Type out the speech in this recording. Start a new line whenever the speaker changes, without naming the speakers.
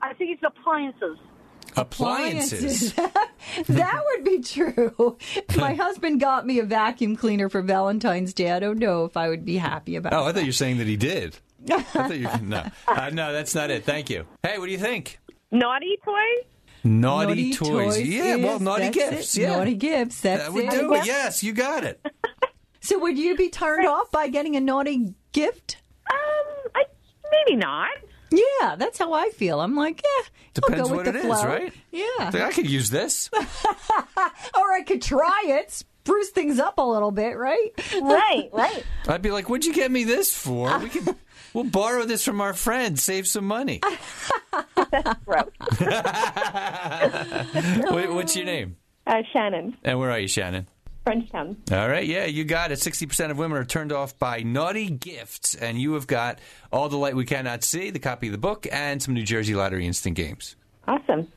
I think it's appliances.
Appliances.
that would be true. If my husband got me a vacuum cleaner for Valentine's Day, I don't know if I would be happy about
Oh, I
it.
thought you were saying that he did. I thought you no, uh, no, that's not it. Thank you. Hey, what do you think?
Naughty toy?
Naughty, toys. Yeah,
is-
well, naughty
that's it.
gifts. Yeah,
Naughty gifts. That's
that would
it.
do it. Yes, you got it.
So would you be turned off by getting a naughty gift?
Um, I, maybe not.
Yeah, that's how I feel. I'm like, yeah,
Depends
I'll go
what
with
it
the
is,
flow.
right?
Yeah.
I could use this.
Or I could try it, spruce things up a little bit, right?
Right, right.
I'd be like, "What'd you get me this for? We could, we'll borrow this from our friend, save some money."
Gross.
Wait, what's your name?
Uh, Shannon,
And where are you, Shannon?
Frenchtown.
All right, yeah, you got it. Sixty percent of women are turned off by naughty gifts, and you have got all the light we cannot see, the copy of the book, and some New Jersey Lottery instant games.
Awesome.